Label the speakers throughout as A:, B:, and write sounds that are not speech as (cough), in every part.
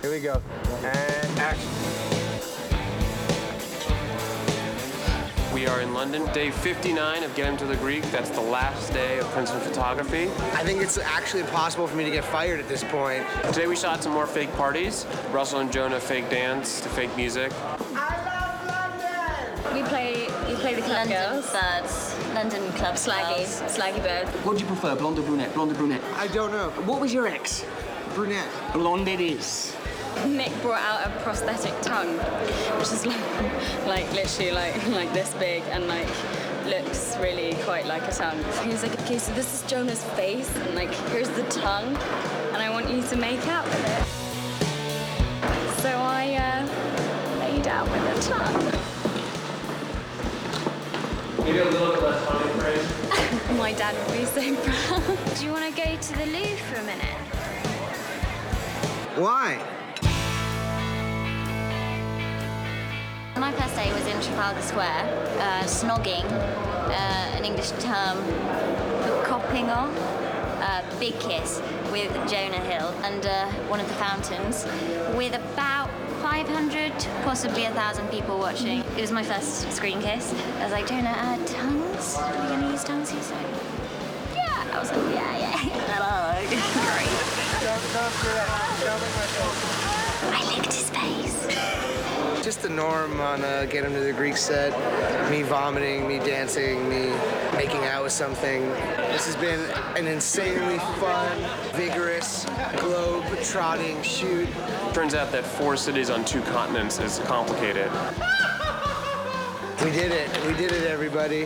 A: Here we go. And action.
B: We are in London, day 59 of Get Him to the Greek. That's the last day of Princeton Photography.
A: I think it's actually impossible for me to get fired at this point.
B: Today we shot some more fake parties. Russell and Jonah fake dance to fake music.
C: We play we play the club
D: London
C: girls.
D: birds, London club
C: Slaggy,
D: girls.
C: Slaggy Bird.
E: What do you prefer, blonde or brunette? Blonde or brunette?
A: I don't know.
E: What was your ex?
A: Brunette.
E: Blonde it is.
C: Nick brought out a prosthetic tongue, which is like, like literally like like this big and like looks really quite like a tongue. He was like, okay, so this is Jonah's face and like here's the tongue, and I want you to make out with it. So I uh, made out with a tongue.
B: Maybe a little bit less funny phrase.
C: (laughs) My dad would be so (laughs) proud.
D: Do you want to go to the loo for a minute?
A: Why?
D: My first day was in Trafalgar Square, uh, snogging, uh, an English term for copping off, uh, big kiss with Jonah Hill under one of the fountains with about 500, possibly 1,000 people watching. It was my first screen kiss. I was like, Jonah, uh, tongues? Are we going to use tongues? He's like, yeah. I was like, yeah, (laughs) yeah. Great. I licked his face.
A: Just the norm on uh, Get Him to the Greek set. Me vomiting, me dancing, me making out with something. This has been an insanely fun, vigorous, globe trotting shoot.
B: Turns out that four cities on two continents is complicated.
A: We did it. We did it, everybody.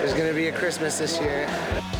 A: There's gonna be a Christmas this year.